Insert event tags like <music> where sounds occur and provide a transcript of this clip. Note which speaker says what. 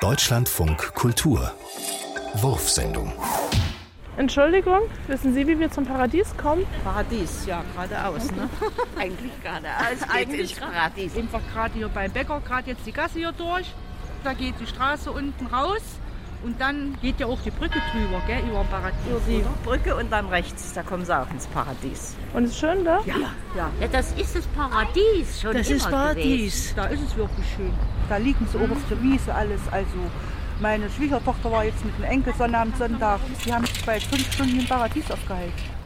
Speaker 1: Deutschlandfunk Kultur. Wurfsendung.
Speaker 2: Entschuldigung, wissen Sie, wie wir zum Paradies kommen?
Speaker 3: Paradies, ja, geradeaus. Ne?
Speaker 4: <laughs> Eigentlich geradeaus.
Speaker 3: Eigentlich
Speaker 4: Paradies.
Speaker 3: Einfach gerade hier beim Bäcker, gerade jetzt die Gasse hier durch. Da geht die Straße unten raus und dann geht ja auch die Brücke drüber, gell, über den Paradies.
Speaker 4: Über die Brücke und dann rechts, da kommen sie auch ins Paradies.
Speaker 2: Und ist schön da?
Speaker 4: Ja, ja. ja das ist das Paradies schon
Speaker 3: Das
Speaker 4: immer
Speaker 3: ist Paradies.
Speaker 4: Gewesen.
Speaker 3: Da ist es wirklich schön.
Speaker 5: Da liegen sie oben auf der Wiese alles. Also meine Schwiegertochter war jetzt mit dem Enkelsohn am Sonntag. Die haben sich bei fünf Stunden im Paradies aufgehalten.